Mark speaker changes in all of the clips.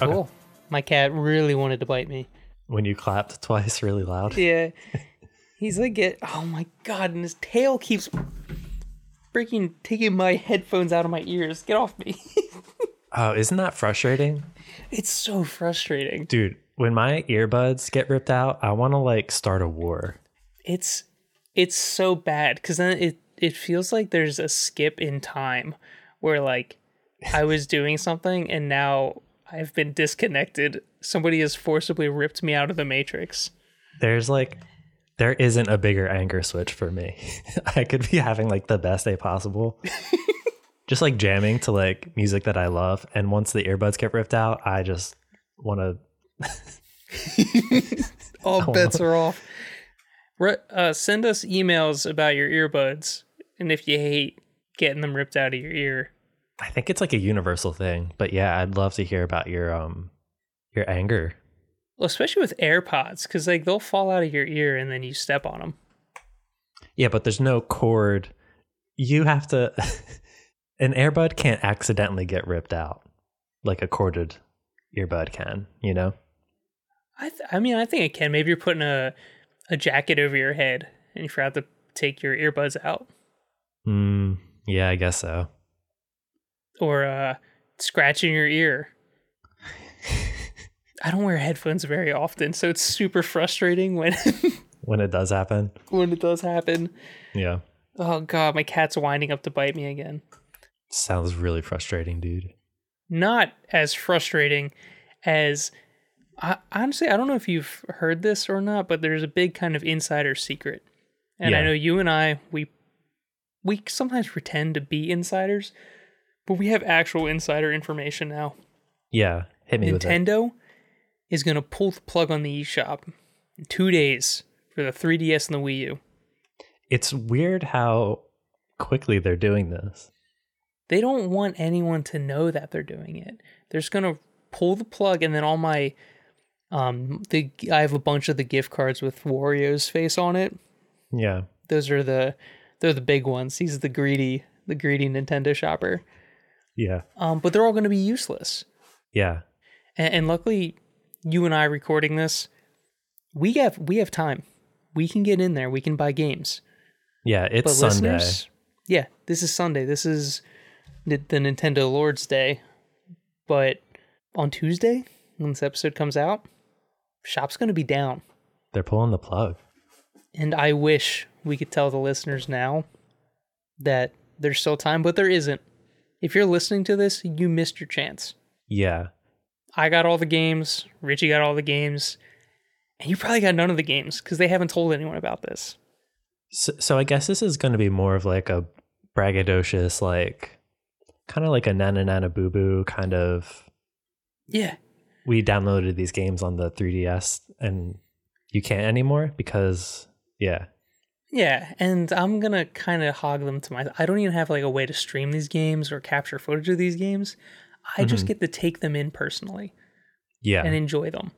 Speaker 1: Okay.
Speaker 2: Cool. My cat really wanted to bite me.
Speaker 1: When you clapped twice really loud.
Speaker 2: Yeah. He's like, it. Oh my god! And his tail keeps freaking taking my headphones out of my ears. Get off me!
Speaker 1: Oh, isn't that frustrating?
Speaker 2: it's so frustrating.
Speaker 1: Dude, when my earbuds get ripped out, I want to like start a war.
Speaker 2: It's it's so bad because then it it feels like there's a skip in time where like I was doing something and now I've been disconnected. Somebody has forcibly ripped me out of the matrix.
Speaker 1: There's like there isn't a bigger anger switch for me. I could be having like the best day possible. just like jamming to like music that I love and once the earbuds get ripped out, I just want to
Speaker 2: All bets are off. Oh, Re- uh, send us emails about your earbuds and if you hate getting them ripped out of your ear.
Speaker 1: I think it's like a universal thing, but yeah, I'd love to hear about your um your anger.
Speaker 2: Well, especially with AirPods, because like they'll fall out of your ear and then you step on them.
Speaker 1: Yeah, but there's no cord. You have to an earbud can't accidentally get ripped out like a corded earbud can, you know?
Speaker 2: I th- I mean, I think it can. Maybe you're putting a a jacket over your head and you forgot to take your earbuds out,
Speaker 1: Hmm. Yeah, I guess so.
Speaker 2: or uh, scratching your ear. I don't wear headphones very often, so it's super frustrating when
Speaker 1: When it does happen.
Speaker 2: when it does happen.
Speaker 1: Yeah.
Speaker 2: Oh god, my cat's winding up to bite me again.
Speaker 1: Sounds really frustrating, dude.
Speaker 2: Not as frustrating as I, honestly, I don't know if you've heard this or not, but there's a big kind of insider secret, and I
Speaker 1: Yeah.
Speaker 2: know you and I we we sometimes pretend to be insiders, but we have actual insider information now.
Speaker 1: Yeah. Hit me with it.
Speaker 2: Nintendo is going to pull the plug on the eShop in two days for the 3DS and the Wii U.
Speaker 1: It's weird how quickly they're doing this.
Speaker 2: they don't want anyone to know that they're doing it. They're just gonna pull the plug, and then all my um, the I have a bunch of the gift cards with Wario's face on it.
Speaker 1: Yeah.
Speaker 2: Those are the they're the big ones. He's the greedy the greedy Nintendo shopper.
Speaker 1: Yeah.
Speaker 2: Um, but they're all gonna be useless.
Speaker 1: Yeah.
Speaker 2: And, and luckily, you and I recording this, we have we have time. We can get in there. We can buy games.
Speaker 1: Yeah. It's
Speaker 2: But
Speaker 1: Sunday.
Speaker 2: listeners, yeah, this is Sunday. This is the, the Nintendo Lord's Day. But on Tuesday, when this episode comes out, shop's going to be down.
Speaker 1: They're pulling the plug.
Speaker 2: And I wish we could tell the listeners now that there's still time, but there isn't. If you're listening to this, you missed your chance.
Speaker 1: Yeah.
Speaker 2: I got all the games, Richie got all the games, and you probably got none of the games because they haven't told anyone about this.
Speaker 1: So, so I guess this is going to be more of like a braggadocious, like kind of like a nana nana boo boo kind of.
Speaker 2: Yeah.
Speaker 1: We downloaded these games on the 3DS and you can't anymore because, yeah,
Speaker 2: Yeah, and I'm gonna kind of hog them to my. I don't even have like a way to stream these games or capture footage of these games. I just get to take them in personally
Speaker 1: yeah,
Speaker 2: and enjoy them.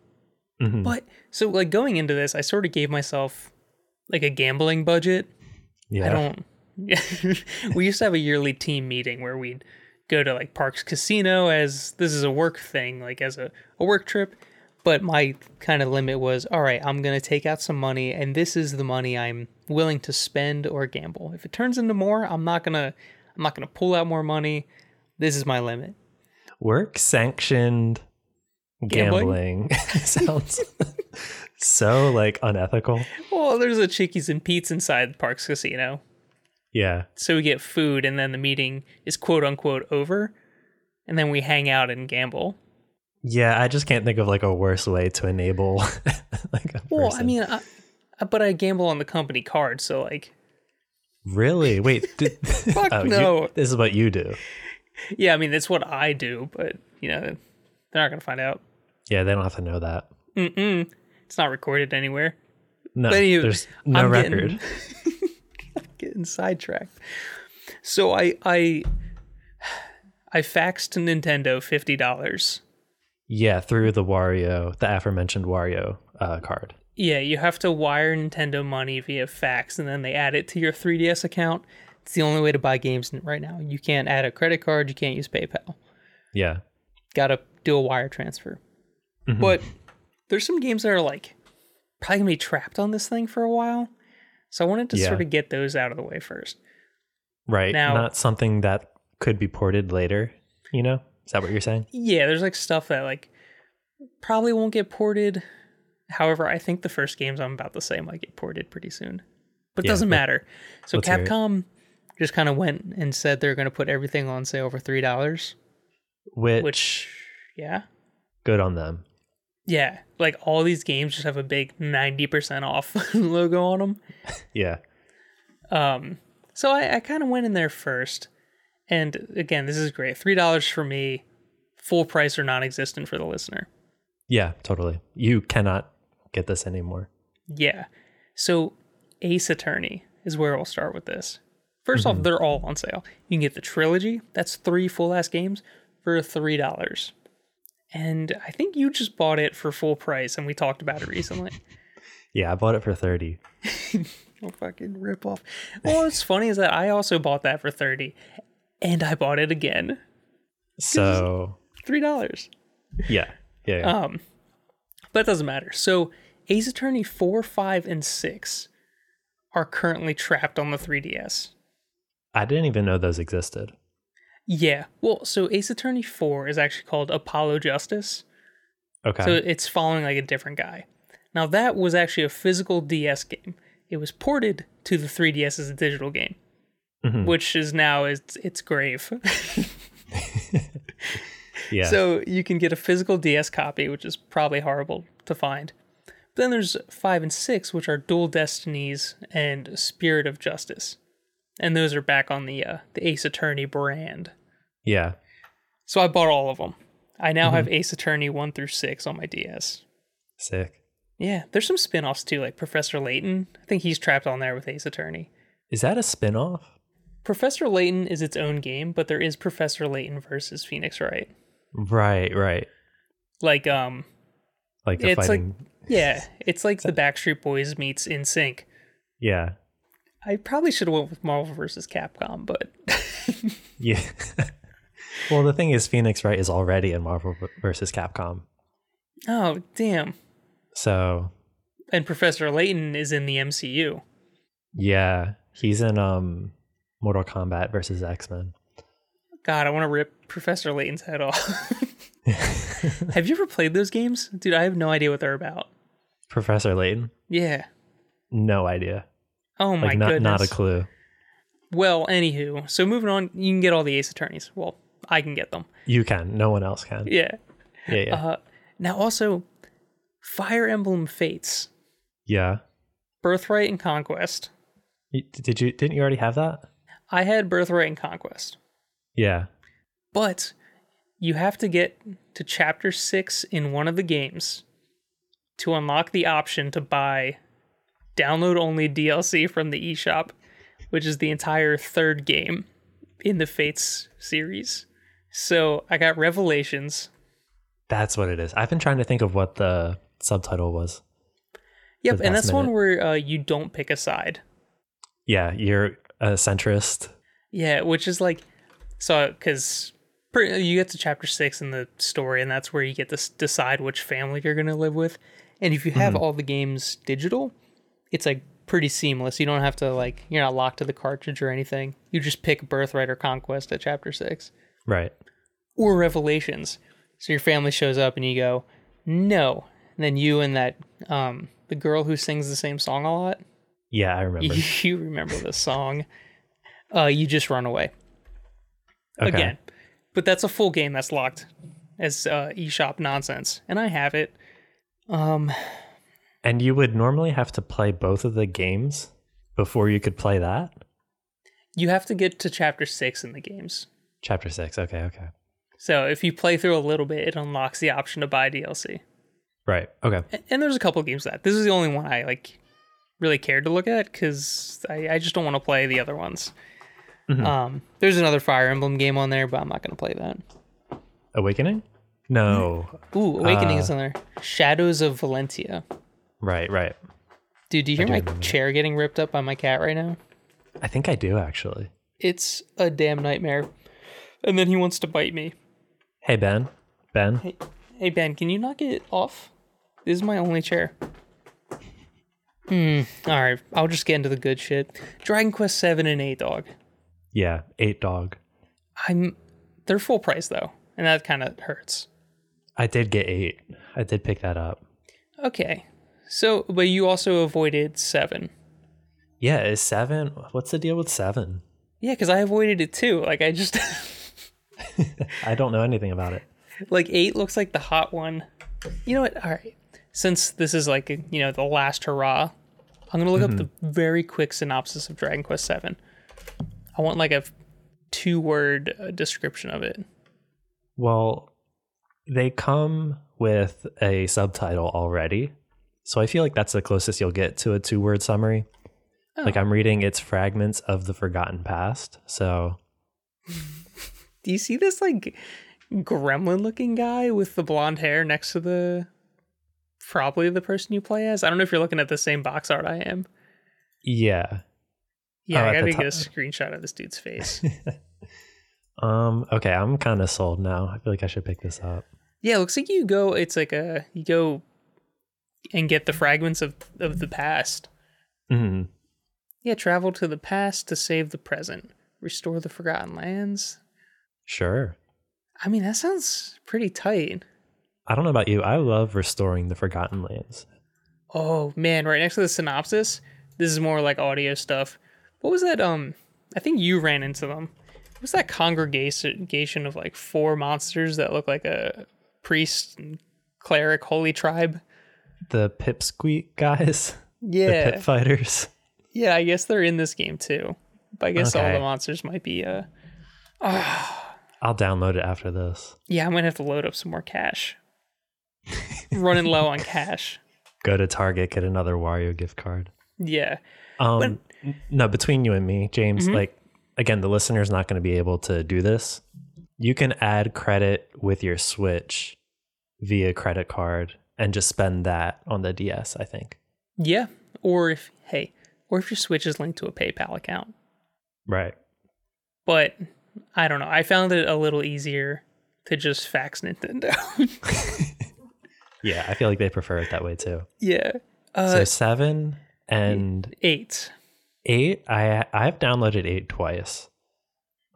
Speaker 1: Mhm.
Speaker 2: But so like going into this, I sort of gave myself like a gambling budget.
Speaker 1: yeah,
Speaker 2: I don't. we used to have a yearly team meeting where we'd go to like Parks Casino as this is a work thing, like as a, a work trip. But my kind of limit was all right, I'm going to take out some money, and this is the money I'm willing to spend or gamble. If it turns into more, I'm not going to. I'm not going to pull out more money. This is my limit.
Speaker 1: work sanctioned
Speaker 2: Gambling?
Speaker 1: gambling, sounds so like unethical.
Speaker 2: Well, there's a Chickies and Pete's inside Parks Casino.
Speaker 1: Yeah,
Speaker 2: So we get food, and then the meeting is quote unquote over. And then we hang out and gamble.
Speaker 1: yeah, I just can't think of like a worse way to enable. like a
Speaker 2: Well, I
Speaker 1: person.
Speaker 2: mean, I, I- but I gamble on the company card, so like,
Speaker 1: really? Wait, did, Oh,
Speaker 2: Fuck
Speaker 1: you-
Speaker 2: no.
Speaker 1: this is what you do.
Speaker 2: yeah, I mean, that's what I do, but you know, they're not gonna find out.
Speaker 1: Yeah, they don't have to know that.
Speaker 2: Mm-mm. It's not recorded anywhere.
Speaker 1: No,
Speaker 2: But anyway,
Speaker 1: there's no
Speaker 2: I'm getting-
Speaker 1: record.
Speaker 2: I'm getting sidetracked. So I I I faxed Nintendo fifty dollars.
Speaker 1: Yeah, through the Wario, the aforementioned Wario uh, card.
Speaker 2: Yeah, you have to wire Nintendo money via fax, and then they add it to your 3DS account. It's the only way to buy games right now. You can't add a credit card. You can't use PayPal.
Speaker 1: Yeah,
Speaker 2: gotta do a wire transfer.
Speaker 1: Mm-hmm.
Speaker 2: But there's some games that are like probably gonna be trapped on this thing for a while. So I wanted to
Speaker 1: Yeah.
Speaker 2: sort of get those out of the way first.
Speaker 1: Right.
Speaker 2: Now-
Speaker 1: Not something that could be ported later, you know? Is that what you're saying?
Speaker 2: Yeah, there's like stuff that like probably won't get ported. However, I think the first games I'm about to say might get ported pretty soon. But it
Speaker 1: Yeah,
Speaker 2: doesn't
Speaker 1: let-
Speaker 2: matter. So
Speaker 1: let's hear it.
Speaker 2: Capcom just kind of went and said they're going to put everything on sale for $3,
Speaker 1: Which,
Speaker 2: which yeah.
Speaker 1: good on them.
Speaker 2: Yeah, like all these games just have a big 90% off logo on them.
Speaker 1: Yeah.
Speaker 2: Um, so I, I kind of went in there first. And again, this is great. $3 for me, full price or non existent for the listener.
Speaker 1: Yeah, totally. You cannot get this anymore.
Speaker 2: Yeah. So Ace Attorney is where we'll start with this. 1st off, they're all on sale. You can get the trilogy. That's three full ass games for three dollars. And I think you just bought it for full price, and we talked about it recently.
Speaker 1: Yeah, I bought it for 30.
Speaker 2: Don't fucking rip off. Well, what's funny is that I also bought that for thirty, and I bought it again,
Speaker 1: So,
Speaker 2: three dollars.
Speaker 1: yeah. Yeah.
Speaker 2: Uh,
Speaker 1: yeah.
Speaker 2: Um, But it doesn't matter. So Ace Attorney four, five, and six are currently trapped on the 3DS.
Speaker 1: I didn't even know those existed.
Speaker 2: Yeah. Well, so Ace Attorney 4 is actually called Apollo Justice.
Speaker 1: Okay.
Speaker 2: So it's following like a different guy. Now, that was actually a physical DS game. It was ported to the 3DS as a digital game,
Speaker 1: Mhm.
Speaker 2: which is now its, its grave.
Speaker 1: yeah.
Speaker 2: so you can get a physical DS copy, which is probably horrible to find. But then there's 5 and 6, which are Dual Destinies and Spirit of Justice. And those are back on the, uh, the Ace Attorney brand.
Speaker 1: yeah.
Speaker 2: So I bought all of them. I now have Ace Attorney 1 through 6 on my DS.
Speaker 1: Sick.
Speaker 2: Yeah, there's some spin offs too, like Professor Layton. I think he's trapped on there with Ace Attorney.
Speaker 1: Is that a spin off?
Speaker 2: Professor Layton is its own game, but there is Professor Layton versus Phoenix Wright.
Speaker 1: Right, right.
Speaker 2: Like, um,
Speaker 1: Like the
Speaker 2: It's like-
Speaker 1: fighting.
Speaker 2: yeah, it's like the Backstreet Boys meets In Sync.
Speaker 1: yeah.
Speaker 2: I probably should have went with Marvel versus Capcom, but
Speaker 1: Yeah. well, the thing is, Phoenix Wright is already in Marvel v- versus Capcom.
Speaker 2: oh damn!
Speaker 1: So,
Speaker 2: And Professor Layton is in the MCU.
Speaker 1: yeah. He's in um Mortal Kombat versus X Men.
Speaker 2: God, I want to rip Professor Layton's head off. have you ever played those games, dude? I have no idea what they're about.
Speaker 1: Professor Layton?
Speaker 2: Yeah.
Speaker 1: No idea.
Speaker 2: Oh my
Speaker 1: Like, not,
Speaker 2: goodness.
Speaker 1: not a clue.
Speaker 2: Well, anywho, so moving on, you can get all the Ace Attorneys. Well, I can get them.
Speaker 1: You can. No one else can.
Speaker 2: Yeah.
Speaker 1: Yeah. Yeah.
Speaker 2: Uh, now, also, Fire Emblem Fates,
Speaker 1: yeah.
Speaker 2: Birthright and Conquest.
Speaker 1: Y- Did you? Didn't you already have that?
Speaker 2: I had Birthright and Conquest,
Speaker 1: Yeah.
Speaker 2: but you have to get to Chapter 6 in one of the games to unlock the option to buy download only DLC from the eShop, which is the entire third game in the Fates series. So I got Revelations.
Speaker 1: That's what it is. I've been trying to think of what the subtitle was.
Speaker 2: Yep,
Speaker 1: the
Speaker 2: and
Speaker 1: last
Speaker 2: that's one
Speaker 1: minute.
Speaker 2: where uh, you don't pick a side.
Speaker 1: Yeah, you're a centrist.
Speaker 2: Yeah, which is like, so because you get to chapter six in the story, and that's where you get to s- decide which family you're gonna live with. And if you have all the games digital, it's like pretty seamless. You don't have to like you're not locked to the cartridge or anything. You just pick Birthright or Conquest at chapter six
Speaker 1: Right.
Speaker 2: or Revelations. So your family shows up and you go, no. And then you and that um the girl who sings the same song a lot.
Speaker 1: Yeah, I remember.
Speaker 2: you remember the song uh you just run away
Speaker 1: Okay.
Speaker 2: again but that's a full game that's locked as uh eshop nonsense and i have it um
Speaker 1: And you would normally have to play both of the games before you could play that?
Speaker 2: you have to get to chapter six in the games
Speaker 1: Chapter 6. Okay, okay.
Speaker 2: so if you play through a little bit it unlocks the option to buy dlc
Speaker 1: Right. Okay.
Speaker 2: A- and there's a couple games that this is the only one i like really cared to look at because I, I just don't want to play the other ones
Speaker 1: Mm-hmm.
Speaker 2: um there's another fire emblem game on there but i'm not going to play that
Speaker 1: Awakening? No.
Speaker 2: ooh awakening
Speaker 1: Uh.
Speaker 2: is on there shadows of valentia
Speaker 1: Right, right.
Speaker 2: Dude, do you hear
Speaker 1: do
Speaker 2: my
Speaker 1: remember that.
Speaker 2: chair getting ripped up by my cat right now?
Speaker 1: I think I do actually.
Speaker 2: It's a damn nightmare. And then he wants to bite me.
Speaker 1: Hey Ben, Ben,
Speaker 2: Hey Ben, can you knock it off? This is my only chair. Hmm. All right, I'll just get into the good shit. Dragon Quest Seven and Eight, dog.
Speaker 1: yeah, eight dog.
Speaker 2: I'm. They're full price though, and that kind of hurts.
Speaker 1: I did get eight. I did pick that up.
Speaker 2: Okay. So, but you also avoided seven.
Speaker 1: Yeah, is seven? What's the deal with seven?
Speaker 2: Yeah, because I avoided it too. Like I just
Speaker 1: I don't know anything about it.
Speaker 2: like eight looks like the hot one. You know what? All right. Since this is like you know the last hurrah, I'm gonna look up
Speaker 1: Mm-hmm.
Speaker 2: the very quick synopsis of Dragon Quest Seven. I want like a two word description of it.
Speaker 1: Well, they come with a subtitle already. So I feel like that's the closest you'll get to a two word summary. Like I'm reading it's fragments of the forgotten past. So
Speaker 2: Do you see this like gremlin looking guy with the blonde hair next to the probably the person you play as? I don't know if you're looking at the same box art I am.
Speaker 1: yeah.
Speaker 2: Yeah,
Speaker 1: Oh,
Speaker 2: I
Speaker 1: at
Speaker 2: gotta
Speaker 1: the
Speaker 2: get a
Speaker 1: top.
Speaker 2: screenshot of this dude's face.
Speaker 1: Um, okay, I'm kinda sold now. I feel like I should pick this up.
Speaker 2: yeah, it looks like you go. It's like a you go and get the fragments of of the past.
Speaker 1: Mm.
Speaker 2: Yeah, travel to the past to save the present, restore the forgotten lands.
Speaker 1: Sure.
Speaker 2: I mean, that sounds pretty tight.
Speaker 1: I don't know about you. I love restoring the forgotten lands.
Speaker 2: Oh man, right next to the synopsis, this is more like audio stuff. What was that? Um, I think you ran into them. What was that congregation of like four monsters that look like a priest, and cleric, holy tribe?
Speaker 1: The pipsqueak guys, the
Speaker 2: Yeah,
Speaker 1: pip fighters.
Speaker 2: yeah. I guess they're in this game too. But I guess all
Speaker 1: Okay.
Speaker 2: the monsters might be. Uh,
Speaker 1: I'll download it after this.
Speaker 2: yeah, I'm gonna have to load up some more cash. Running low on cash.
Speaker 1: Go to Target, get another Wario gift card.
Speaker 2: Yeah.
Speaker 1: Um, n- no, between you and me, James,
Speaker 2: Mm-hmm.
Speaker 1: like again, the listener's not going to be able to do this. You can add credit with your Switch via credit card and just spend that on the DS, I think.
Speaker 2: Yeah. Or if hey, or if your Switch is linked to a PayPal account.
Speaker 1: Right.
Speaker 2: But I don't know. I found it a little easier to just fax Nintendo.
Speaker 1: Yeah, I feel like they prefer it that way too.
Speaker 2: yeah.
Speaker 1: so
Speaker 2: Uh,
Speaker 1: seven and
Speaker 2: eight.
Speaker 1: eight. I I've downloaded eight twice.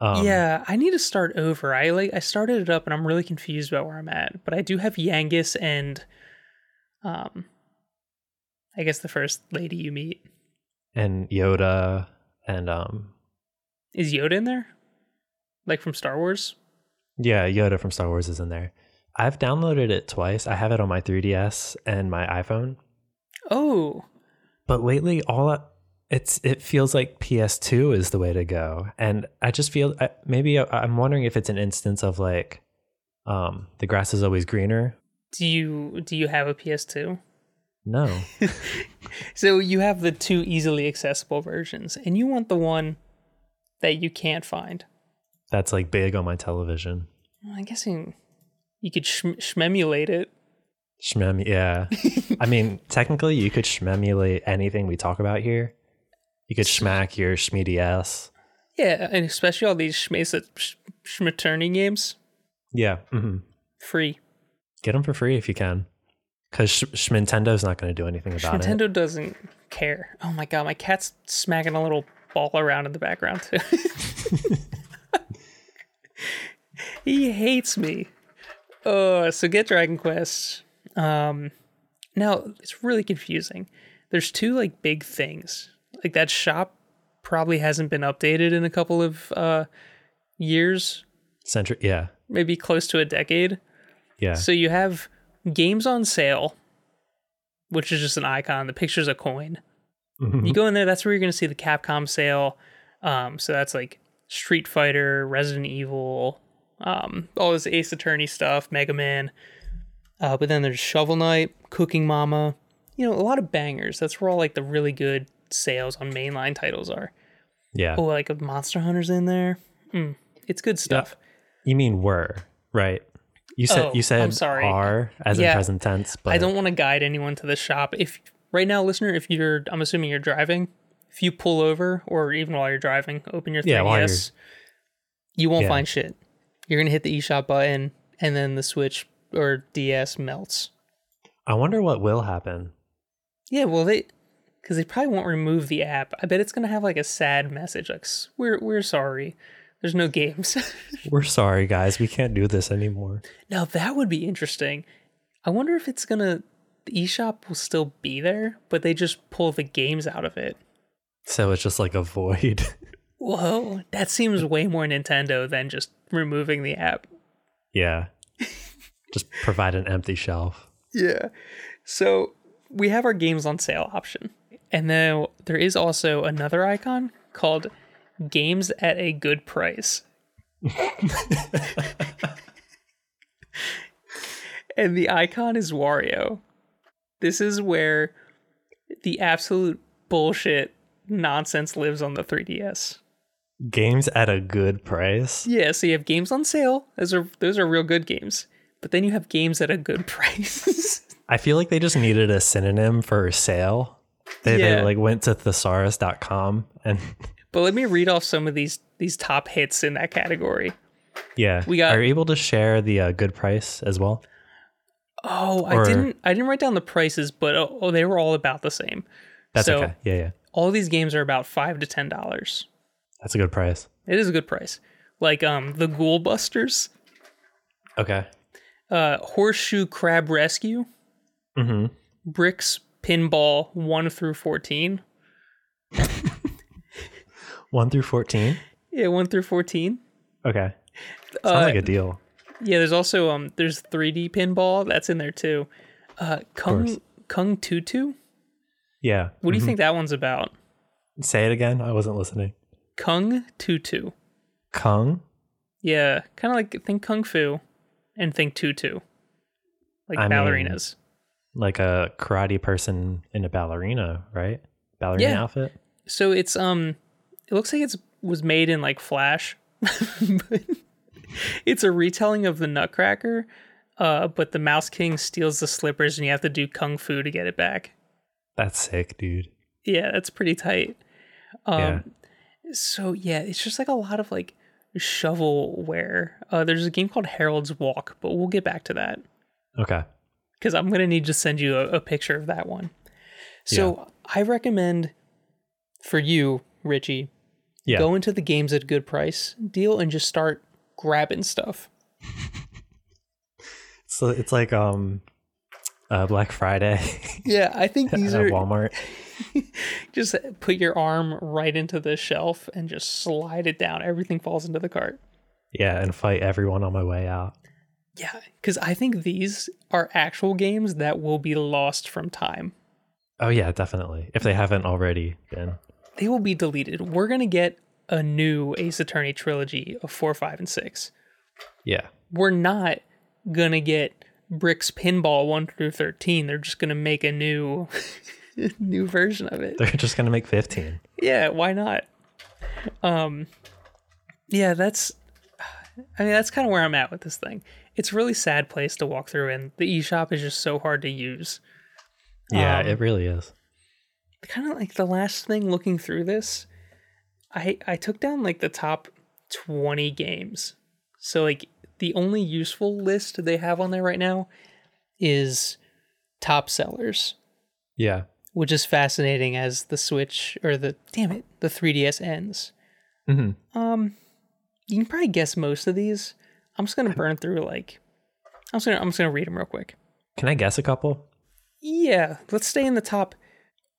Speaker 1: Um,
Speaker 2: yeah, I need to start over. I like I started it up and I'm really confused about where I'm at. But I do have Yangus and um I guess the first lady you meet.
Speaker 1: and Yoda and um
Speaker 2: Is Yoda in there? Like from Star Wars?
Speaker 1: yeah, Yoda from Star Wars is in there. I've downloaded it twice. I have it on my 3DS and my iPhone.
Speaker 2: Oh.
Speaker 1: But lately all I- it's it feels like PS2 is the way to go. And I just feel I, maybe I, I'm wondering if it's an instance of like um the grass is always greener.
Speaker 2: Do you do you have a PS2?
Speaker 1: No.
Speaker 2: So you have the two easily accessible versions, and you want the one that you can't find.
Speaker 1: That's like big on my television.
Speaker 2: Well, I'm guessing you could schm- shmemulate it.
Speaker 1: Shmem, yeah. I mean, technically, you could shmemulate anything we talk about here. You could schmack your schmeedy ass.
Speaker 2: Yeah, and especially all these shmace sh- shmaturny games,
Speaker 1: Yeah. hmm
Speaker 2: free.
Speaker 1: Get them for free if you can. Because sh- Schmintendo's not going to do anything about it.
Speaker 2: Nintendo doesn't care. Oh my god, my cat's smacking a little ball around in the background too. he hates me. Oh, so get Dragon Quest. Um, now it's really confusing. There's two like big things. Like that shop probably hasn't been updated in a couple of uh years,
Speaker 1: Centri- yeah.
Speaker 2: maybe close to a decade.
Speaker 1: Yeah.
Speaker 2: So you have games on sale, which is just an icon. The picture's a coin. You go in there, that's where you're going to see the Capcom sale. Um, so that's like Street Fighter, Resident Evil, um, all this Ace Attorney stuff, Mega Man. Uh, but then there's Shovel Knight, Cooking Mama. You know, a lot of bangers. That's where all like the really good sales on mainline titles are.
Speaker 1: yeah.
Speaker 2: Oh, like a Monster Hunter's in there. Mm, it's good stuff.
Speaker 1: You mean were, right? You said
Speaker 2: Oh,
Speaker 1: you said
Speaker 2: I'm sorry.
Speaker 1: are as
Speaker 2: Yeah.
Speaker 1: in present tense, but
Speaker 2: I don't want to guide anyone to the shop. If right now, listener, if you're, I'm assuming you're driving. If you pull over, or even while you're driving, open your 3ds.
Speaker 1: Yeah, while you're-
Speaker 2: you won't
Speaker 1: Yeah.
Speaker 2: find shit. You're gonna hit the eShop button. and then the Switch or DS melts.
Speaker 1: I wonder what will happen.
Speaker 2: Yeah, well they because they probably won't remove the app. I bet it's gonna have like a sad message like "S- we're we're sorry. There's no games.
Speaker 1: We're sorry, guys. We can't do this anymore.
Speaker 2: now that would be interesting. I wonder if it's gonna the eShop will still be there, but they just pull the games out of it.
Speaker 1: So it's just like a void.
Speaker 2: Whoa, that seems way more Nintendo than just removing the app.
Speaker 1: yeah. just provide an empty shelf.
Speaker 2: Yeah. So we have our games on sale option. And then there is also another icon called games at a good price. and the icon is Wario. This is where the absolute bullshit nonsense lives on the 3DS.
Speaker 1: Games at a good price.
Speaker 2: Yeah, so you have games on sale. Those are those are real good games. But then you have games at a good price.
Speaker 1: I feel like they just needed a synonym for sale. They,
Speaker 2: Yeah.
Speaker 1: they like went to thesaurus.com and
Speaker 2: But let me read off some of these these top hits in that category.
Speaker 1: yeah.
Speaker 2: We got-
Speaker 1: Are you able to share the uh, good price as well?
Speaker 2: Oh, I
Speaker 1: Or-
Speaker 2: didn't I didn't write down the prices, but oh, oh, they were all about the same.
Speaker 1: That's
Speaker 2: so
Speaker 1: okay. Yeah, yeah.
Speaker 2: all these games are about five to ten dollars.
Speaker 1: That's a good price.
Speaker 2: It is a good price. Like um the Ghoul Busters,
Speaker 1: Okay.
Speaker 2: uh Horseshoe Crab Rescue,
Speaker 1: Mhm.
Speaker 2: Bricks Pinball one through fourteen.
Speaker 1: 1 through 14.
Speaker 2: Yeah, one through fourteen.
Speaker 1: Okay. Sounds
Speaker 2: Uh,
Speaker 1: like a deal.
Speaker 2: Yeah, there's also um there's 3D pinball that's in there too. Uh Kung
Speaker 1: course. Mm-hmm.
Speaker 2: Kung Tutu.
Speaker 1: Yeah.
Speaker 2: What do you think that one's about?
Speaker 1: Say it again. I wasn't listening.
Speaker 2: Kung Tutu.
Speaker 1: Kung.
Speaker 2: Yeah, kind of like think kung fu and think tutu, like
Speaker 1: I mean,
Speaker 2: ballerinas.
Speaker 1: like a karate person in a ballerina, right? Ballerina
Speaker 2: Yeah.
Speaker 1: outfit.
Speaker 2: So it's um, it looks like it's was made in like Flash. but it's a retelling of the Nutcracker, uh, but the Mouse King steals the slippers and you have to do kung fu to get it back.
Speaker 1: That's sick, dude.
Speaker 2: Yeah, that's pretty tight. Um,
Speaker 1: yeah.
Speaker 2: So yeah, it's just like a lot of like shovelware. Uh, there's a game called Harold's Walk, but we'll get back to that.
Speaker 1: Okay.
Speaker 2: because I'm gonna need to send you a, a picture of that one. So I recommend for you, Richie,
Speaker 1: Yeah.
Speaker 2: go into the games at a good price deal and just start grabbing stuff.
Speaker 1: so it's like um uh Black Friday
Speaker 2: Yeah, I think
Speaker 1: at
Speaker 2: these are
Speaker 1: Walmart.
Speaker 2: just put your arm right into the shelf and just slide it down. Everything falls into the cart.
Speaker 1: Yeah, and fight everyone on my way out.
Speaker 2: Yeah, because I think these are actual games that will be lost from time.
Speaker 1: Oh yeah, definitely. If they haven't already been.
Speaker 2: They will be deleted. We're gonna get a new Ace Attorney trilogy of four, five, and six.
Speaker 1: Yeah.
Speaker 2: we're not gonna get bricks pinball 1 through 13 they're just gonna make a new new version of it
Speaker 1: They're just gonna make fifteen.
Speaker 2: yeah why not um yeah that's i mean that's kind of where i'm at with this thing it's a really sad place to walk through and the eShop is just so hard to use
Speaker 1: Yeah,
Speaker 2: Um,
Speaker 1: it really is.
Speaker 2: kind of like the last thing looking through this i i took down like the top 20 games so like the only useful list they have on there right now is top sellers
Speaker 1: Yeah.
Speaker 2: which is fascinating as the switch or the damn it the 3ds ends
Speaker 1: hmm
Speaker 2: um you can probably guess most of these i'm just gonna burn through like i'm just gonna i'm just gonna read them real quick
Speaker 1: Can I guess a couple?
Speaker 2: yeah let's stay in the top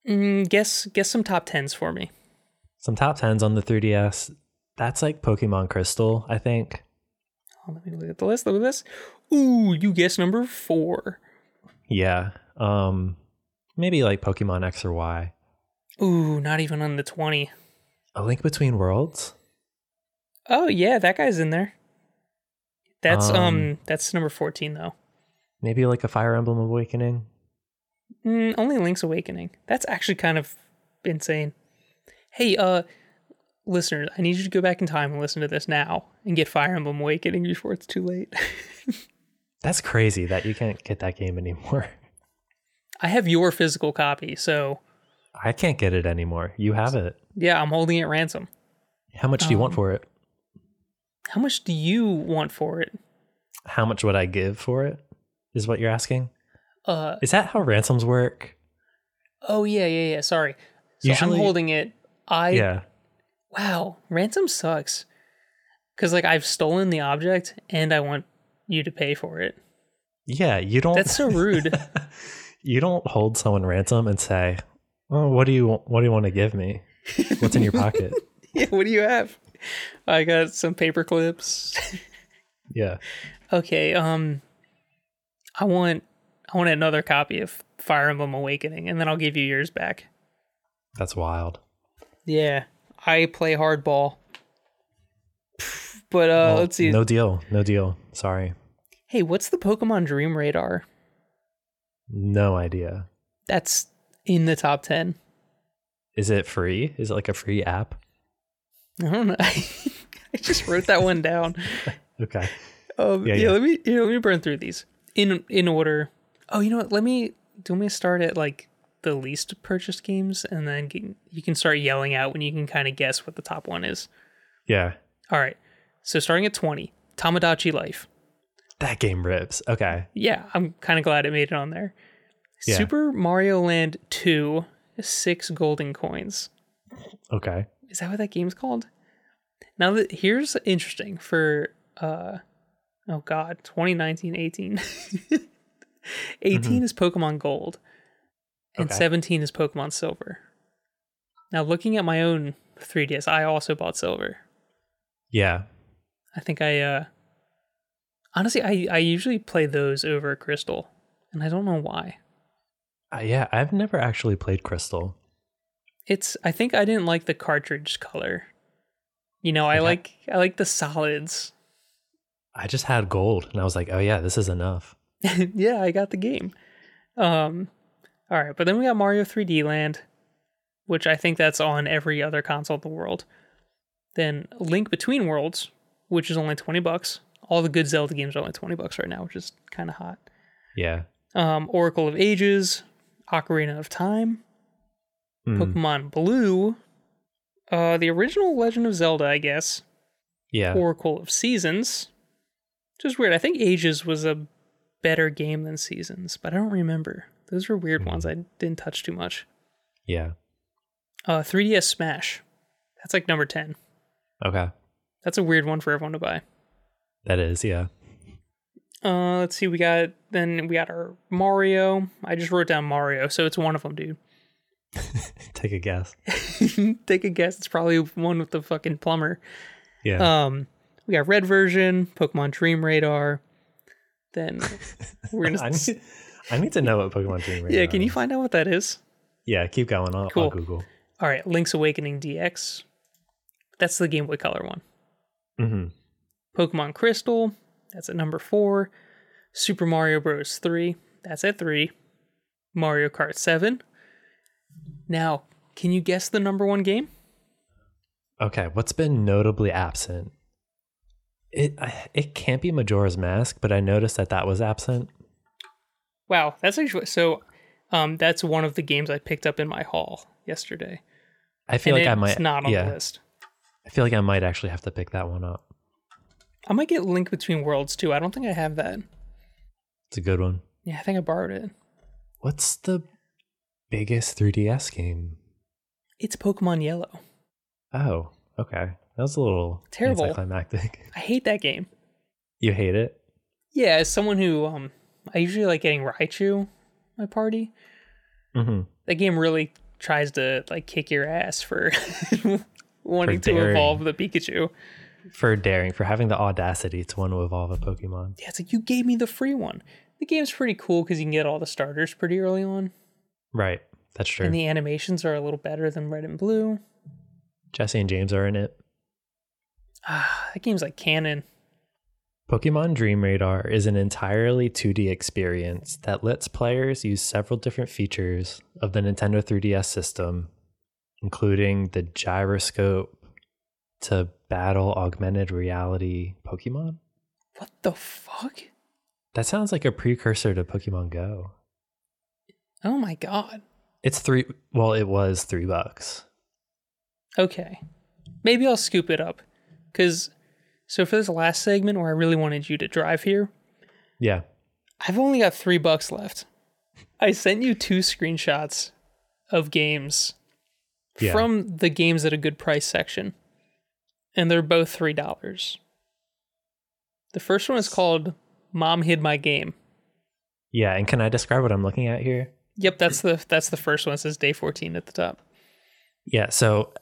Speaker 2: mm, guess guess some top 10s for me
Speaker 1: Some top tens on the 3DS. That's like Pokemon Crystal, I think.
Speaker 2: Oh, let me look at the list. Look at this. Ooh, you guessed number four.
Speaker 1: Yeah. Um maybe like Pokemon X or Y.
Speaker 2: Ooh, not even on the 20.
Speaker 1: A Link Between Worlds?
Speaker 2: Oh, yeah, that guy's in there. That's um,
Speaker 1: Um,
Speaker 2: that's number 14 though.
Speaker 1: Maybe like a Fire Emblem Awakening?
Speaker 2: Mm, only Link's Awakening. That's actually kind of insane. Hey, uh listeners, I need you to go back in time and listen to this now and get Fire Emblem Awakening before it's too late.
Speaker 1: That's crazy that you can't get that game anymore.
Speaker 2: I have your physical copy, so
Speaker 1: I can't get it anymore. You have it.
Speaker 2: yeah, I'm holding it ransom. Um.
Speaker 1: How much do you want for it?
Speaker 2: How much do you want for it?
Speaker 1: how much would I give for it? Is what you're asking?
Speaker 2: Uh
Speaker 1: Is that how ransoms work?
Speaker 2: oh yeah yeah yeah. Sorry. So
Speaker 1: Usually-
Speaker 2: I'm holding it. I
Speaker 1: yeah.
Speaker 2: wow ransom sucks. Cause like I've stolen the object and I want you to pay for it.
Speaker 1: Yeah, you don't
Speaker 2: That's so rude.
Speaker 1: you don't hold someone ransom and say, "Oh, what do you what do you want to give me? What's in your pocket?"
Speaker 2: yeah. What do you have? I got some paper clips.
Speaker 1: yeah.
Speaker 2: okay. Um. I want I want another copy of Fire Emblem Awakening, and then I'll give you yours back.
Speaker 1: That's wild.
Speaker 2: Yeah, I play hardball. But uh,
Speaker 1: Well,
Speaker 2: let's see.
Speaker 1: No deal. No deal. Sorry.
Speaker 2: Hey, what's the Pokemon Dream Radar?
Speaker 1: No idea.
Speaker 2: That's in the top ten.
Speaker 1: Is it free? Is it like a free app?
Speaker 2: I don't know. I just wrote that one down.
Speaker 1: Okay.
Speaker 2: Um, yeah,
Speaker 1: Yeah, yeah.
Speaker 2: let me here, let me burn through these in in order. Oh, you know what? Let me do. Let me start at like the least purchased games, and then get, you can start yelling out when you can kind of guess what the top one is.
Speaker 1: Yeah.
Speaker 2: All right. So starting at twenty, Tamagotchi Life.
Speaker 1: That game rips. Okay.
Speaker 2: yeah, I'm kind of glad it made it on there.
Speaker 1: Yeah.
Speaker 2: Super Mario Land 2, six golden coins.
Speaker 1: Okay.
Speaker 2: Is that what that game's called? Now that here's interesting for uh oh god, 2019, 18.
Speaker 1: Mm-hmm.
Speaker 2: 18 is Pokemon Gold and
Speaker 1: Okay.
Speaker 2: 17 is Pokemon Silver. Now looking at my own 3DS, I also bought Silver.
Speaker 1: Yeah.
Speaker 2: I think I uh honestly I I usually play those over Crystal and I don't know why.
Speaker 1: Uh, yeah. I've never actually played Crystal.
Speaker 2: It's I think I didn't like the cartridge color. You know, I
Speaker 1: Okay.
Speaker 2: like I like the solids.
Speaker 1: I just had gold and I was like, oh, yeah, this is enough.
Speaker 2: yeah, I got the game. Um all right, but then we got Mario 3D Land, which I think that's on every other console in the world. Then Link Between Worlds, which is only 20 bucks. All the good Zelda games are only 20 bucks right now, which is kind of hot.
Speaker 1: Yeah.
Speaker 2: Um Oracle of Ages, Ocarina of Time,
Speaker 1: Mm,
Speaker 2: Pokemon Blue, uh the original Legend of Zelda, I guess.
Speaker 1: yeah.
Speaker 2: Oracle of Seasons. Which is weird. I think Ages was a better game than Seasons, but I don't remember. Those were weird
Speaker 1: Hmm.
Speaker 2: ones I didn't touch too much.
Speaker 1: yeah.
Speaker 2: Uh 3DS Smash. That's like number 10.
Speaker 1: Okay.
Speaker 2: That's a weird one for everyone to buy.
Speaker 1: That is. Yeah.
Speaker 2: Uh let's see, we got then we got our Mario. I just wrote down Mario, so it's one of them, dude.
Speaker 1: Take a guess.
Speaker 2: Take a guess. It's probably one with the fucking plumber.
Speaker 1: Yeah.
Speaker 2: Um we got Red version, Pokemon Dream Radar. Then we're
Speaker 1: I,
Speaker 2: gonna
Speaker 1: need, I need to know what Pokemon Dream Radar
Speaker 2: Yeah, can you
Speaker 1: is.
Speaker 2: find out what that is?
Speaker 1: Yeah, keep going. I'll,
Speaker 2: Cool.
Speaker 1: I'll Google.
Speaker 2: All right, Link's Awakening DX. That's the Game Boy Color one.
Speaker 1: hmm
Speaker 2: Pokemon Crystal. That's at number four. Super Mario Bros. 3. That's at three. Mario Kart 7. Now, can you guess the number one game?
Speaker 1: Okay, what's been notably absent? It I, it can't be Majora's Mask, but I noticed that that was absent.
Speaker 2: Wow, that's actually so. Um, that's one of the games I picked up in my haul yesterday.
Speaker 1: I feel
Speaker 2: and
Speaker 1: like I
Speaker 2: it's
Speaker 1: might.
Speaker 2: not on
Speaker 1: yeah,
Speaker 2: the list.
Speaker 1: I feel like I might actually have to pick that one up.
Speaker 2: I might get Link Between Worlds too. I don't think I have that.
Speaker 1: It's a good one.
Speaker 2: Yeah, I think I borrowed it.
Speaker 1: What's the biggest 3DS game?
Speaker 2: It's Pokemon Yellow.
Speaker 1: Oh, okay, that was a little
Speaker 2: Terrible.
Speaker 1: anticlimactic.
Speaker 2: I hate that game.
Speaker 1: you hate it?
Speaker 2: Yeah, as someone who um I usually like getting Raichu at my party.
Speaker 1: Mm-hmm.
Speaker 2: That game really tries to like kick your ass for wanting
Speaker 1: For
Speaker 2: to
Speaker 1: daring.
Speaker 2: evolve the Pikachu.
Speaker 1: For daring, for having the audacity to want to evolve a Pokemon.
Speaker 2: Yeah, it's like you gave me the free one. The game's pretty cool because you can get all the starters pretty early on,
Speaker 1: Right, that's true.
Speaker 2: and the animations are a little better than Red and Blue.
Speaker 1: Jesse and James are in it.
Speaker 2: Ah, that game's like canon.
Speaker 1: Pokemon Dream Radar is an entirely 2D experience that lets players use several different features of the Nintendo 3DS system, including the gyroscope to battle augmented reality Pokemon.
Speaker 2: What the fuck?
Speaker 1: That sounds like a precursor to Pokemon Go.
Speaker 2: Oh my god.
Speaker 1: It's three, well, it was three bucks.
Speaker 2: Okay, maybe I'll scoop it up, because So for this last segment where I really wanted you to drive here,
Speaker 1: Yeah.
Speaker 2: I've only got three bucks left. I sent you two screenshots of games
Speaker 1: Yeah.
Speaker 2: from the games at a good price section, and they're both three dollars. The first one is called "Mom Hid My Game."
Speaker 1: Yeah. And can I describe what I'm looking at here?
Speaker 2: Yep, that's the that's the first one. It says day fourteen at the top.
Speaker 1: Yeah. So,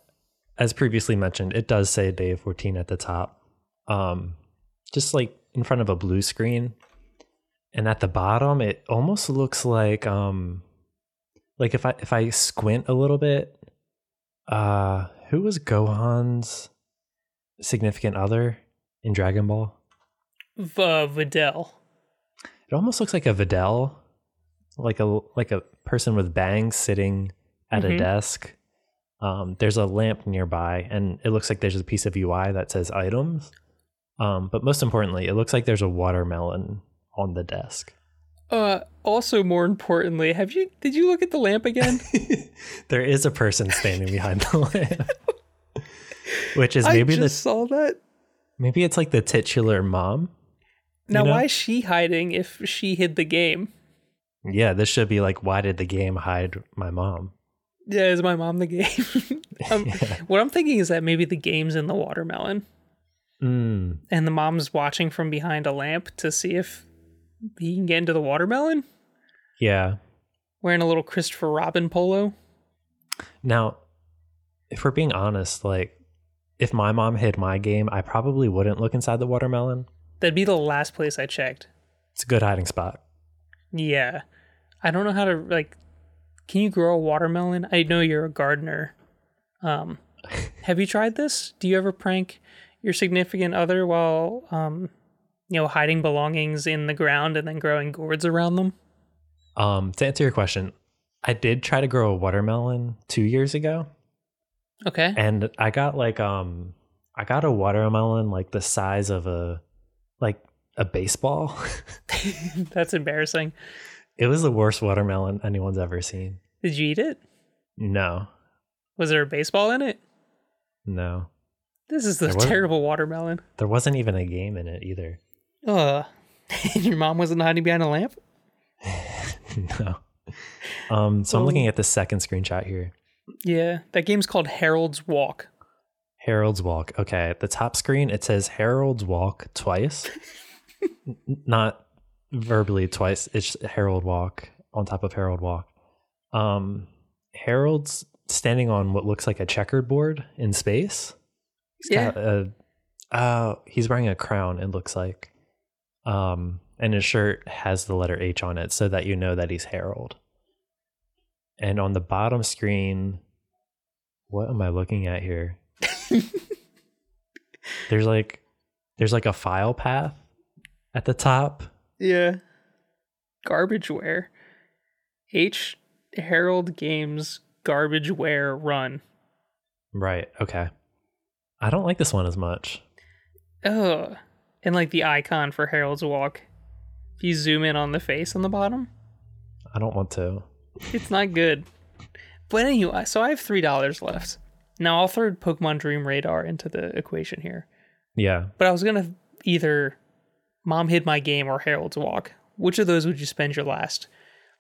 Speaker 1: as previously mentioned, it does say day 14 at the top, um, just like in front of a blue screen. And at the bottom, it almost looks like, um, like if I if I squint a little bit, uh, who was Gohan's significant other in Dragon Ball?
Speaker 2: V- uh, Videl.
Speaker 1: It almost looks like a Videl, like a like a person with bangs sitting at a
Speaker 2: Mhm.
Speaker 1: desk. Um, there's a lamp nearby, and it looks like there's a piece of UI that says items. Um, but most importantly, it looks like there's a watermelon on the desk.
Speaker 2: Uh, also more importantly, have you did you look at the lamp again?
Speaker 1: there is a person standing behind the lamp, which is
Speaker 2: I
Speaker 1: maybe
Speaker 2: just saw that.
Speaker 1: the maybe it's like the titular mom.
Speaker 2: Now,
Speaker 1: know?
Speaker 2: why is she hiding if she hid the game?
Speaker 1: Yeah, this should be like, why did the game hide my mom?
Speaker 2: Yeah, is my mom the game? um, What I'm thinking is that maybe the game's in the watermelon,
Speaker 1: Mm,
Speaker 2: and the mom's watching from behind a lamp to see if he can get into the watermelon.
Speaker 1: yeah,
Speaker 2: Wearing a little Christopher Robin polo.
Speaker 1: Now, if we're being honest, like if my mom hid my game, I probably wouldn't look inside the watermelon.
Speaker 2: That'd be the last place I checked.
Speaker 1: It's a good hiding spot.
Speaker 2: Yeah. I don't know how to like can you grow a watermelon? I know you're a gardener. Um have you tried this? Do you ever prank your significant other while um you know hiding belongings in the ground and then growing gourds around them?
Speaker 1: Um, to answer your question, I did try to grow a watermelon two years ago,
Speaker 2: Okay.
Speaker 1: and I got like um, I got a watermelon like the size of a like a baseball.
Speaker 2: That's embarrassing.
Speaker 1: it was the worst watermelon anyone's ever seen.
Speaker 2: Did you eat it?
Speaker 1: No,
Speaker 2: Was there a baseball in it?
Speaker 1: no,
Speaker 2: This is the
Speaker 1: There wasn't.
Speaker 2: terrible watermelon.
Speaker 1: there wasn't even a game in it either.
Speaker 2: Ugh. your mom wasn't hiding behind a lamp?
Speaker 1: no. Um, so I'm looking at the second screenshot here.
Speaker 2: Yeah. That game's called Harold's Walk.
Speaker 1: Harold's Walk. Okay, at the top screen it says Harold's Walk twice, N- not verbally twice. It's Harold Walk on top of Harold Walk. Um, Harold's standing on what looks like a checkered board in space. He's
Speaker 2: Yeah.
Speaker 1: got a, uh, he's wearing a crown. It looks like, um, and his shirt has the letter H on it, so that you know that he's Harold. And on the bottom screen, what am I looking at here? there's like there's like a file path at the top.
Speaker 2: Yeah. Garbageware. H Herald Games Garbageware Run.
Speaker 1: Right. Okay. I don't like this one as much.
Speaker 2: Ugh. And like the icon for Harold's Walk. If you zoom in on the face on the bottom,
Speaker 1: I don't want to.
Speaker 2: it's not good. But anyway, so I have three dollars left. Now I'll throw Pokemon Dream Radar into the equation here.
Speaker 1: Yeah.
Speaker 2: But I was gonna either Mom Hid My Game or Harold's Walk. Which of those would you spend your last?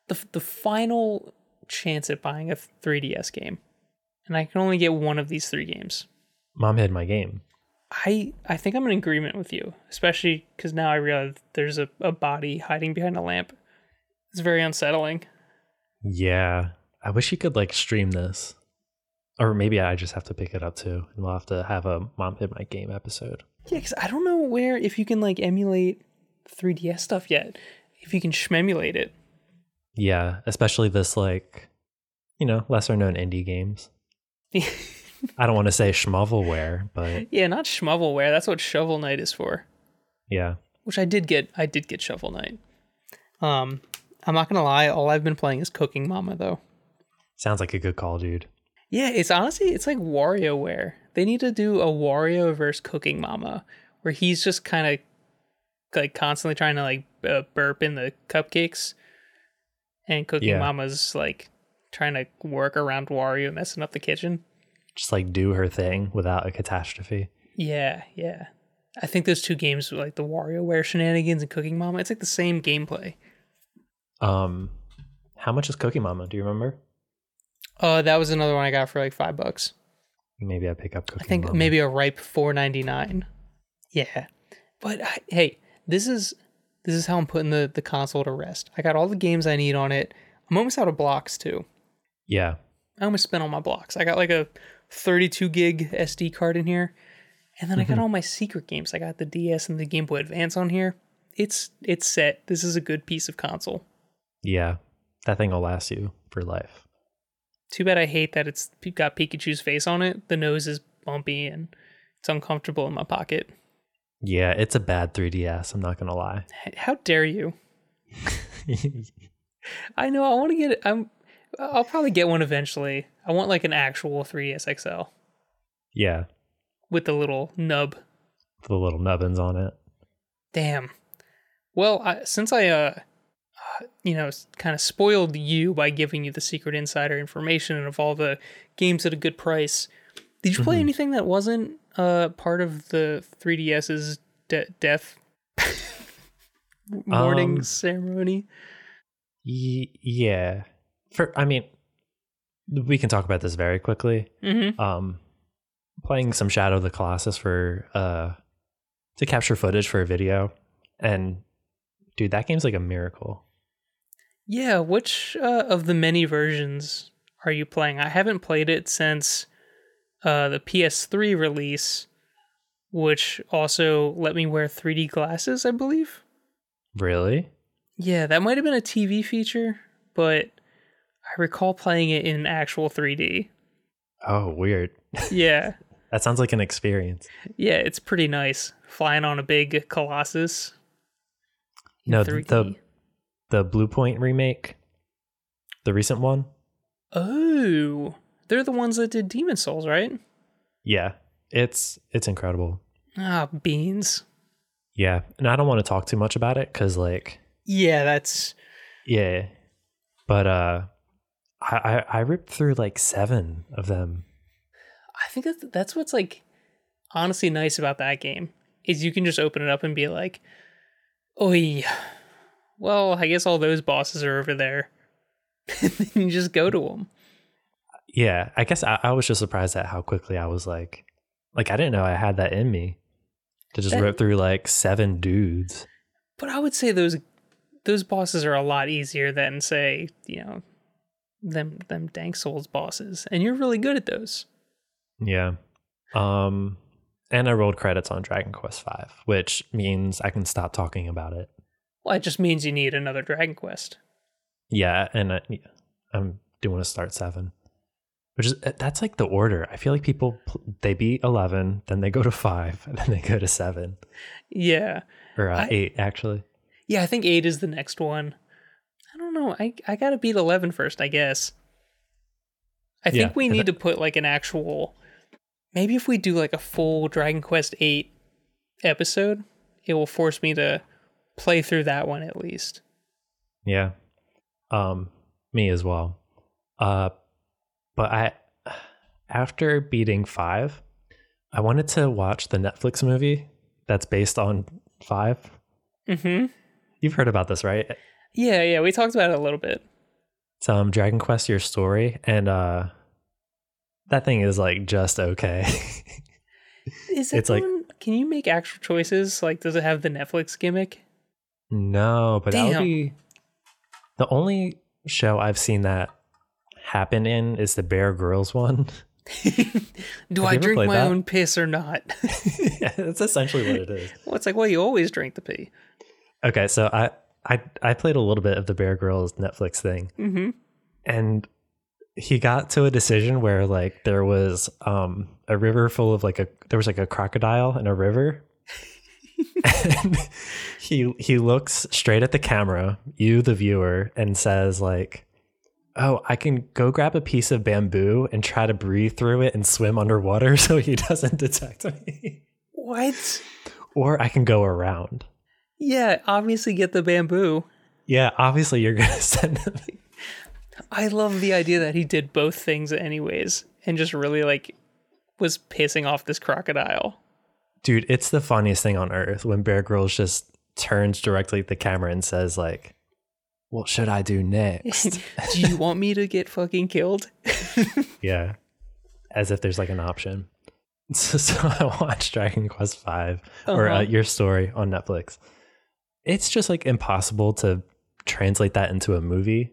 Speaker 2: The the final chance at buying a 3DS game, and I can only get one of these three games.
Speaker 1: Mom hid my game.
Speaker 2: I I think I'm in agreement with you, especially because now I realize there's a, a body hiding behind a lamp. It's very unsettling.
Speaker 1: Yeah. I wish you could like stream this. Or maybe I just have to pick it up too. And we'll have to have a mom hid my game episode.
Speaker 2: Yeah, because I don't know where if you can like emulate 3DS stuff yet. If you can shmemulate it,
Speaker 1: Yeah. Especially this like, you know, lesser known indie games. I don't want to say schmovelware, but
Speaker 2: yeah, not schmovelware. That's what Shovel Knight is for.
Speaker 1: yeah.
Speaker 2: which I did get. I did get Shovel Knight. Um, I'm not gonna lie. All I've been playing is Cooking Mama though.
Speaker 1: Sounds like a good call, dude.
Speaker 2: Yeah, it's honestly it's like WarioWare. They need to do a Wario versus Cooking Mama, where he's just kind of like constantly trying to like uh, burp in the cupcakes, and Cooking
Speaker 1: Yeah.
Speaker 2: Mama's like trying to work around Wario messing up the kitchen.
Speaker 1: Just like do her thing without a catastrophe.
Speaker 2: Yeah, yeah. I think those two games, like the WarioWare shenanigans and Cooking Mama, it's like the same gameplay.
Speaker 1: Um, how much is Cookie Mama? Do you remember?
Speaker 2: Uh, that was another one I got for like five bucks.
Speaker 1: Maybe I pick up Cookie
Speaker 2: I think
Speaker 1: Mama.
Speaker 2: maybe a ripe four ninety nine. Yeah, but I, hey, this is this is how I'm putting the the console to rest. I got all the games I need on it. I'm almost out of blocks too.
Speaker 1: Yeah.
Speaker 2: I almost spent all my blocks. I got like a 32 gig SD card in here, and then I got all my secret games. I got the DS and the Game Boy Advance on here. It's it's set. This is a good piece of console.
Speaker 1: Yeah. That thing will last you for life.
Speaker 2: Too bad I hate that it's got Pikachu's face on it. The nose is bumpy and it's uncomfortable in my pocket.
Speaker 1: Yeah, it's a bad 3DS. I'm not gonna lie.
Speaker 2: H- How dare you? I know. I want to get it. I'm. I'll probably get one eventually. I want like an actual 3ds XL
Speaker 1: yeah,
Speaker 2: with the little nub.
Speaker 1: with the little nubbins on it.
Speaker 2: Damn. Well, I, since I uh, uh, you know, kind of spoiled you by giving you the secret insider information and of all the games at a good price, did you play anything that wasn't uh part of the 3ds's de- death morning
Speaker 1: Um,
Speaker 2: ceremony?
Speaker 1: Y- yeah. For I mean, we can talk about this very quickly.
Speaker 2: Mm-hmm.
Speaker 1: Um, playing some Shadow of the Colossus for uh to capture footage for a video, and dude, that game's like a miracle.
Speaker 2: Yeah, which uh, of the many versions are you playing? I haven't played it since uh, the PS3 release, which also let me wear 3D glasses, I believe.
Speaker 1: Really?
Speaker 2: Yeah, that might have been a TV feature, but I recall playing it in actual 3D.
Speaker 1: Oh, weird.
Speaker 2: Yeah,
Speaker 1: That sounds like an experience.
Speaker 2: yeah, it's pretty nice. Flying on a big Colossus. in
Speaker 1: No, th-
Speaker 2: 3D.
Speaker 1: the the Blue Point remake, the recent one.
Speaker 2: Oh, they're the ones that did Demon Souls, right?
Speaker 1: Yeah, it's it's incredible.
Speaker 2: Ah, beans.
Speaker 1: Yeah, and I don't want to talk too much about it because like
Speaker 2: Yeah, that's
Speaker 1: yeah, but uh, I, I I ripped through like seven of them.
Speaker 2: I think that's, that's what's like honestly nice about that game is you can just open it up and be like, "Oi, well, I guess all those bosses are over there." and then you just go to them.
Speaker 1: Yeah, I guess I, I was just surprised at how quickly I was like, like I didn't know I had that in me to just
Speaker 2: That-
Speaker 1: rip through like seven dudes.
Speaker 2: But I would say those those bosses are a lot easier than say, you know, them them Dank Souls bosses, and you're really good at those.
Speaker 1: Yeah, um, and I rolled credits on Dragon Quest Five, which means I can stop talking about it.
Speaker 2: Well, it just means you need another Dragon Quest.
Speaker 1: Yeah, and I, I'm doing a start seven, which is uh, that's like the order. I feel like people pl- they beat eleven, then they go to five, and then they go to seven
Speaker 2: Yeah.
Speaker 1: or uh,
Speaker 2: I-
Speaker 1: eight actually.
Speaker 2: Yeah, I think eight is the next one. I don't know. I I gotta beat 11 first, I guess. I
Speaker 1: Yeah,
Speaker 2: think we
Speaker 1: and
Speaker 2: need to put like an actual. Maybe if we do like a full Dragon Quest eight episode, it will force me to play through that one at least.
Speaker 1: Yeah, um, me as well. Uh, but I after beating five, I wanted to watch the Netflix movie that's based on five.
Speaker 2: Mm-hmm.
Speaker 1: You've heard about this, right?
Speaker 2: Yeah, yeah. We talked about it a little bit.
Speaker 1: It's um, Dragon Quest: Your Story, and uh, that thing is like just okay.
Speaker 2: Is it?
Speaker 1: It's like-
Speaker 2: one, can you make actual choices? Like, does it have the Netflix gimmick?
Speaker 1: No, but that
Speaker 2: Damn.
Speaker 1: would be the only show I've seen that happen in is the Bear Girls one.
Speaker 2: do
Speaker 1: Have you
Speaker 2: I
Speaker 1: ever
Speaker 2: drink
Speaker 1: played
Speaker 2: my
Speaker 1: that?
Speaker 2: own piss or not?
Speaker 1: yeah, that's essentially what it is.
Speaker 2: well, it's like, well, you always drink the pee.
Speaker 1: Okay, so I I I played a little bit of the Bear Girls Netflix thing,
Speaker 2: Mm-hmm.
Speaker 1: and he got to a decision where like there was um a river full of like a there was like a crocodile in a river. and he he looks straight at the camera, you the viewer, and says like, "Oh, I can go grab a piece of bamboo and try to breathe through it and swim underwater so he doesn't detect me,
Speaker 2: What?
Speaker 1: or I can go around."
Speaker 2: Yeah, obviously get the bamboo.
Speaker 1: Yeah, obviously you're gonna send him.
Speaker 2: I love the idea that he did both things anyways and just really like was pissing off this crocodile.
Speaker 1: Dude, it's the funniest thing on earth when Bear Grylls just turns directly at the camera and says, like, what should I do next?
Speaker 2: Do you want me to get fucking killed?
Speaker 1: yeah. As if there's like an option. So, so I watched Dragon Quest V or
Speaker 2: Uh-huh.
Speaker 1: uh, Your Story on Netflix. It's just like impossible to translate that into a movie.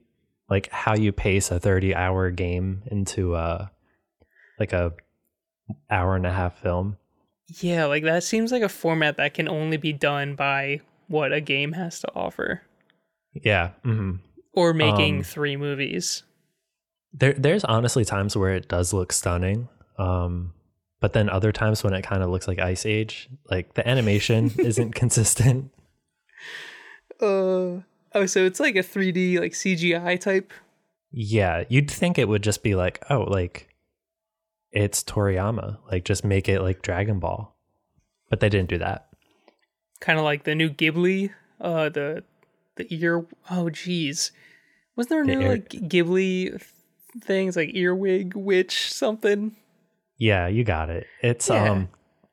Speaker 1: Like how you pace a 30 hour game into uh like a hour and a half film.
Speaker 2: Yeah, like that seems like a format that can only be done by what a game has to offer
Speaker 1: Yeah. hmm
Speaker 2: or making
Speaker 1: Um,
Speaker 2: three movies.
Speaker 1: There, there's honestly times where it does look stunning, um, but then other times when it kind of looks like Ice Age, like the animation isn't consistent.
Speaker 2: Uh oh, so it's like a 3D like CGI type.
Speaker 1: Yeah, you'd think it would just be like, oh, like it's Toriyama, like just make it like Dragon Ball, but they didn't do that.
Speaker 2: Kind of like the new Ghibli, uh the the ear oh jeez. Wasn't there a
Speaker 1: The
Speaker 2: new
Speaker 1: ear-
Speaker 2: like Ghibli things like earwig witch something?
Speaker 1: Yeah, you got it. It's
Speaker 2: Yeah.
Speaker 1: um,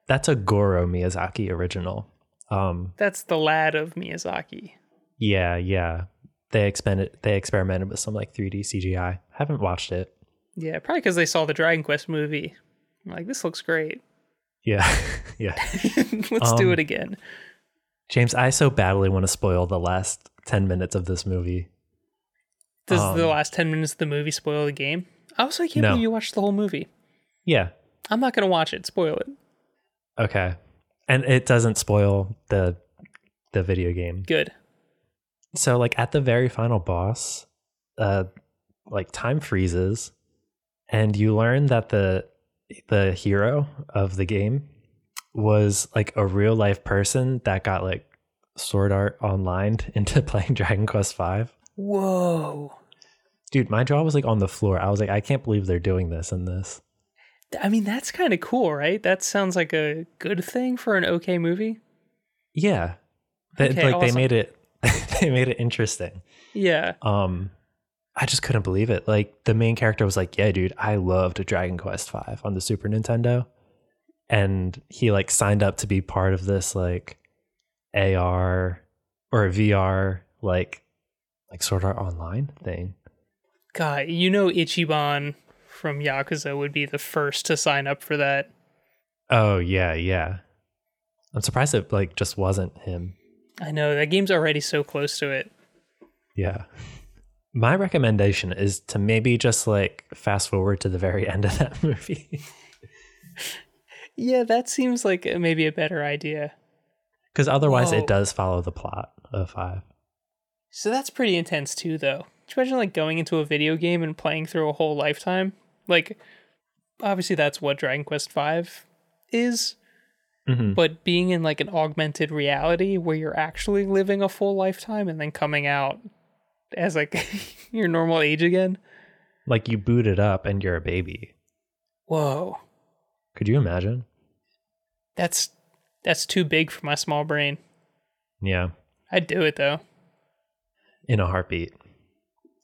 Speaker 1: that's a Goro Miyazaki original. Um,
Speaker 2: That's the lad of Miyazaki.
Speaker 1: yeah, yeah, they expended, they experimented with some like 3D CGI. Haven't watched it.
Speaker 2: Yeah, probably because they saw the Dragon Quest movie. I'm like, this looks great.
Speaker 1: Yeah, yeah.
Speaker 2: Let's do
Speaker 1: Um,
Speaker 2: it again.
Speaker 1: James, I so badly want to spoil the last 10 minutes of this movie.
Speaker 2: Does the
Speaker 1: um,
Speaker 2: last 10 minutes of the movie spoil the game? I also can't
Speaker 1: No.
Speaker 2: believe you watched the whole movie.
Speaker 1: Yeah.
Speaker 2: I'm not going to watch it. Spoil it.
Speaker 1: Okay. And it doesn't spoil the the video game.
Speaker 2: Good.
Speaker 1: So like at the very final boss, uh like time freezes and you learn that the the hero of the game was like a real life person that got like sword art online into playing Dragon Quest V.
Speaker 2: Whoa.
Speaker 1: Dude, my jaw was like on the floor. I was like I can't believe they're doing this in this.
Speaker 2: Th- I mean, that's kind of cool, right? That sounds like a good thing for an okay movie.
Speaker 1: Yeah. They,
Speaker 2: Okay,
Speaker 1: like
Speaker 2: awesome.
Speaker 1: they made it they made it interesting.
Speaker 2: Yeah.
Speaker 1: Um I just couldn't believe it. Like the main character was like, "Yeah, dude, I loved Dragon Quest V on the Super Nintendo." And he like signed up to be part of this like AR or VR like like sort of online thing.
Speaker 2: God, you know Ichiban from Yakuza would be the first to sign up for that.
Speaker 1: Oh, yeah, yeah. I'm surprised it like just wasn't him.
Speaker 2: I know. That game's already so close to it.
Speaker 1: Yeah. My recommendation is to maybe just like fast forward to the very end of that movie.
Speaker 2: Yeah, that seems like uh, maybe a better idea.
Speaker 1: Because otherwise,
Speaker 2: Whoa.
Speaker 1: it does follow the plot of five.
Speaker 2: So that's pretty intense too, though. Could you imagine like going into a video game and playing through a whole lifetime? Like, obviously that's what Dragon Quest V is,
Speaker 1: Mhm.
Speaker 2: but being in like an augmented reality where you're actually living a full lifetime and then coming out as like your normal age again.
Speaker 1: Like you boot it up and you're a baby.
Speaker 2: Whoa,
Speaker 1: Could you imagine?
Speaker 2: that's that's too big for my small brain.
Speaker 1: Yeah,
Speaker 2: I'd do it though.
Speaker 1: in a heartbeat.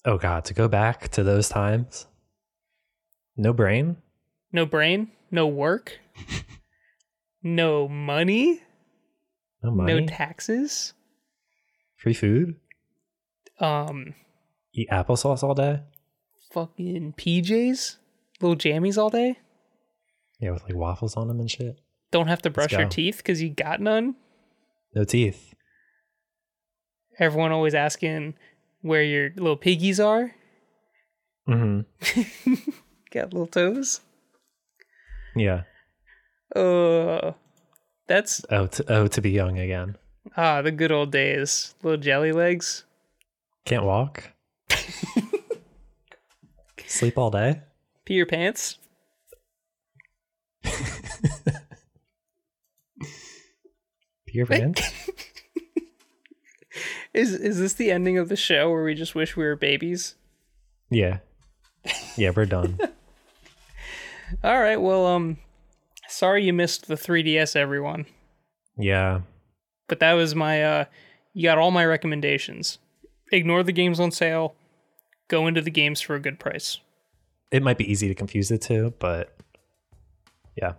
Speaker 1: Oh God, to go back to those times. No brain.
Speaker 2: No brain, no work, no money,
Speaker 1: No money.
Speaker 2: no taxes.
Speaker 1: Free food.
Speaker 2: Um.
Speaker 1: Eat applesauce all day.
Speaker 2: fucking PJs, little jammies all day.
Speaker 1: Yeah, with like waffles on them and shit.
Speaker 2: Don't have to brush your
Speaker 1: go.
Speaker 2: teeth because you got none.
Speaker 1: No teeth.
Speaker 2: Everyone always asking where your little piggies are.
Speaker 1: hmm
Speaker 2: Got little toes.
Speaker 1: Yeah.
Speaker 2: Uh, that's
Speaker 1: Oh, to, oh, to be young again.
Speaker 2: ah the good old days. Little jelly legs.
Speaker 1: Can't walk. Sleep all day.
Speaker 2: Pee your pants.
Speaker 1: Pee your pants.
Speaker 2: Is is this the ending of the show where we just wish we were babies?
Speaker 1: Yeah. Yeah, we're done.
Speaker 2: All right. Well, um, sorry you missed the 3ds, everyone.
Speaker 1: yeah.
Speaker 2: but that was my uh you got all my recommendations ignore the games on sale go into the games for a good price
Speaker 1: It might be easy to confuse the two, but yeah.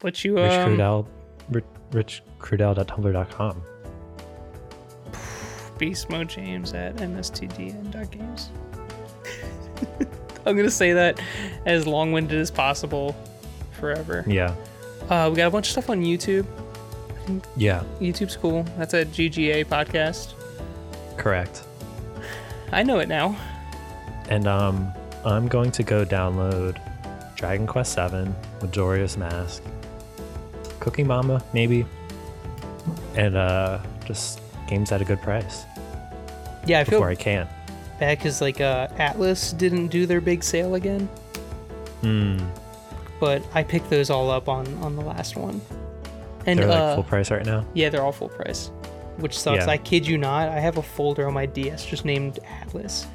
Speaker 2: what you
Speaker 1: Rich
Speaker 2: um,
Speaker 1: Crudell rich, richcrudell.tumblr.com.
Speaker 2: Beast Mode James at mstdn.games. I'm gonna say that as long-winded as possible, forever.
Speaker 1: Yeah.
Speaker 2: Uh, we got a bunch of stuff on YouTube.
Speaker 1: Yeah.
Speaker 2: YouTube's cool. That's a GGA podcast.
Speaker 1: Correct.
Speaker 2: I know it now.
Speaker 1: And um, I'm going to go download Dragon Quest VII, Majoria's Mask, Cooking Mama, maybe, and uh, just games at a good price
Speaker 2: Yeah, I feel
Speaker 1: before I can.
Speaker 2: bad because like uh, Atlas didn't do their big sale again,
Speaker 1: Mm,
Speaker 2: but I picked those all up on on the last one. And
Speaker 1: they're like
Speaker 2: uh,
Speaker 1: full price right now.
Speaker 2: yeah, they're all full price, which sucks.
Speaker 1: Yeah.
Speaker 2: I kid you not, I have a folder on my DS just named Atlas,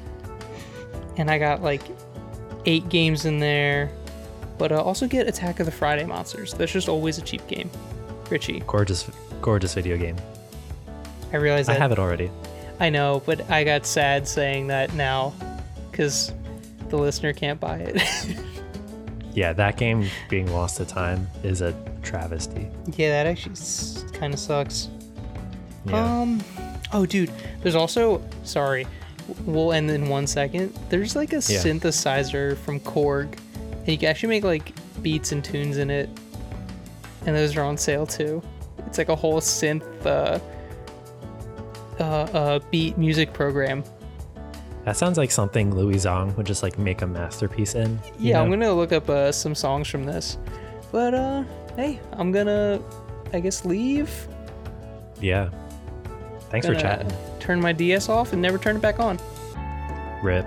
Speaker 2: and I got like eight games in there. But uh, also get Attack of the Friday Monsters. That's just always a cheap game. Richie,
Speaker 1: Gorgeous, gorgeous video game.
Speaker 2: I realize
Speaker 1: I
Speaker 2: that
Speaker 1: have it already.
Speaker 2: I know, but I got sad saying that now because the listener can't buy it.
Speaker 1: Yeah, that game being lost to time is a travesty.
Speaker 2: yeah, that actually s- kind of sucks.
Speaker 1: Yeah.
Speaker 2: Um, oh, dude, there's also, sorry, w- we'll end in one second. There's like a synthesizer from Korg, and you can actually make like beats and tunes in it, and those are on sale too. It's like a whole synth uh, uh, uh, beat music program.
Speaker 1: that sounds like something Louis Zong would just like make a masterpiece in. you
Speaker 2: yeah, I'm
Speaker 1: know?
Speaker 2: gonna look up uh, some songs from this. But uh, hey, I'm gonna, I guess, leave.
Speaker 1: Yeah. Thanks for
Speaker 2: Gonna
Speaker 1: chatting.
Speaker 2: Turn my DS off and never turn it back on.
Speaker 1: Rip.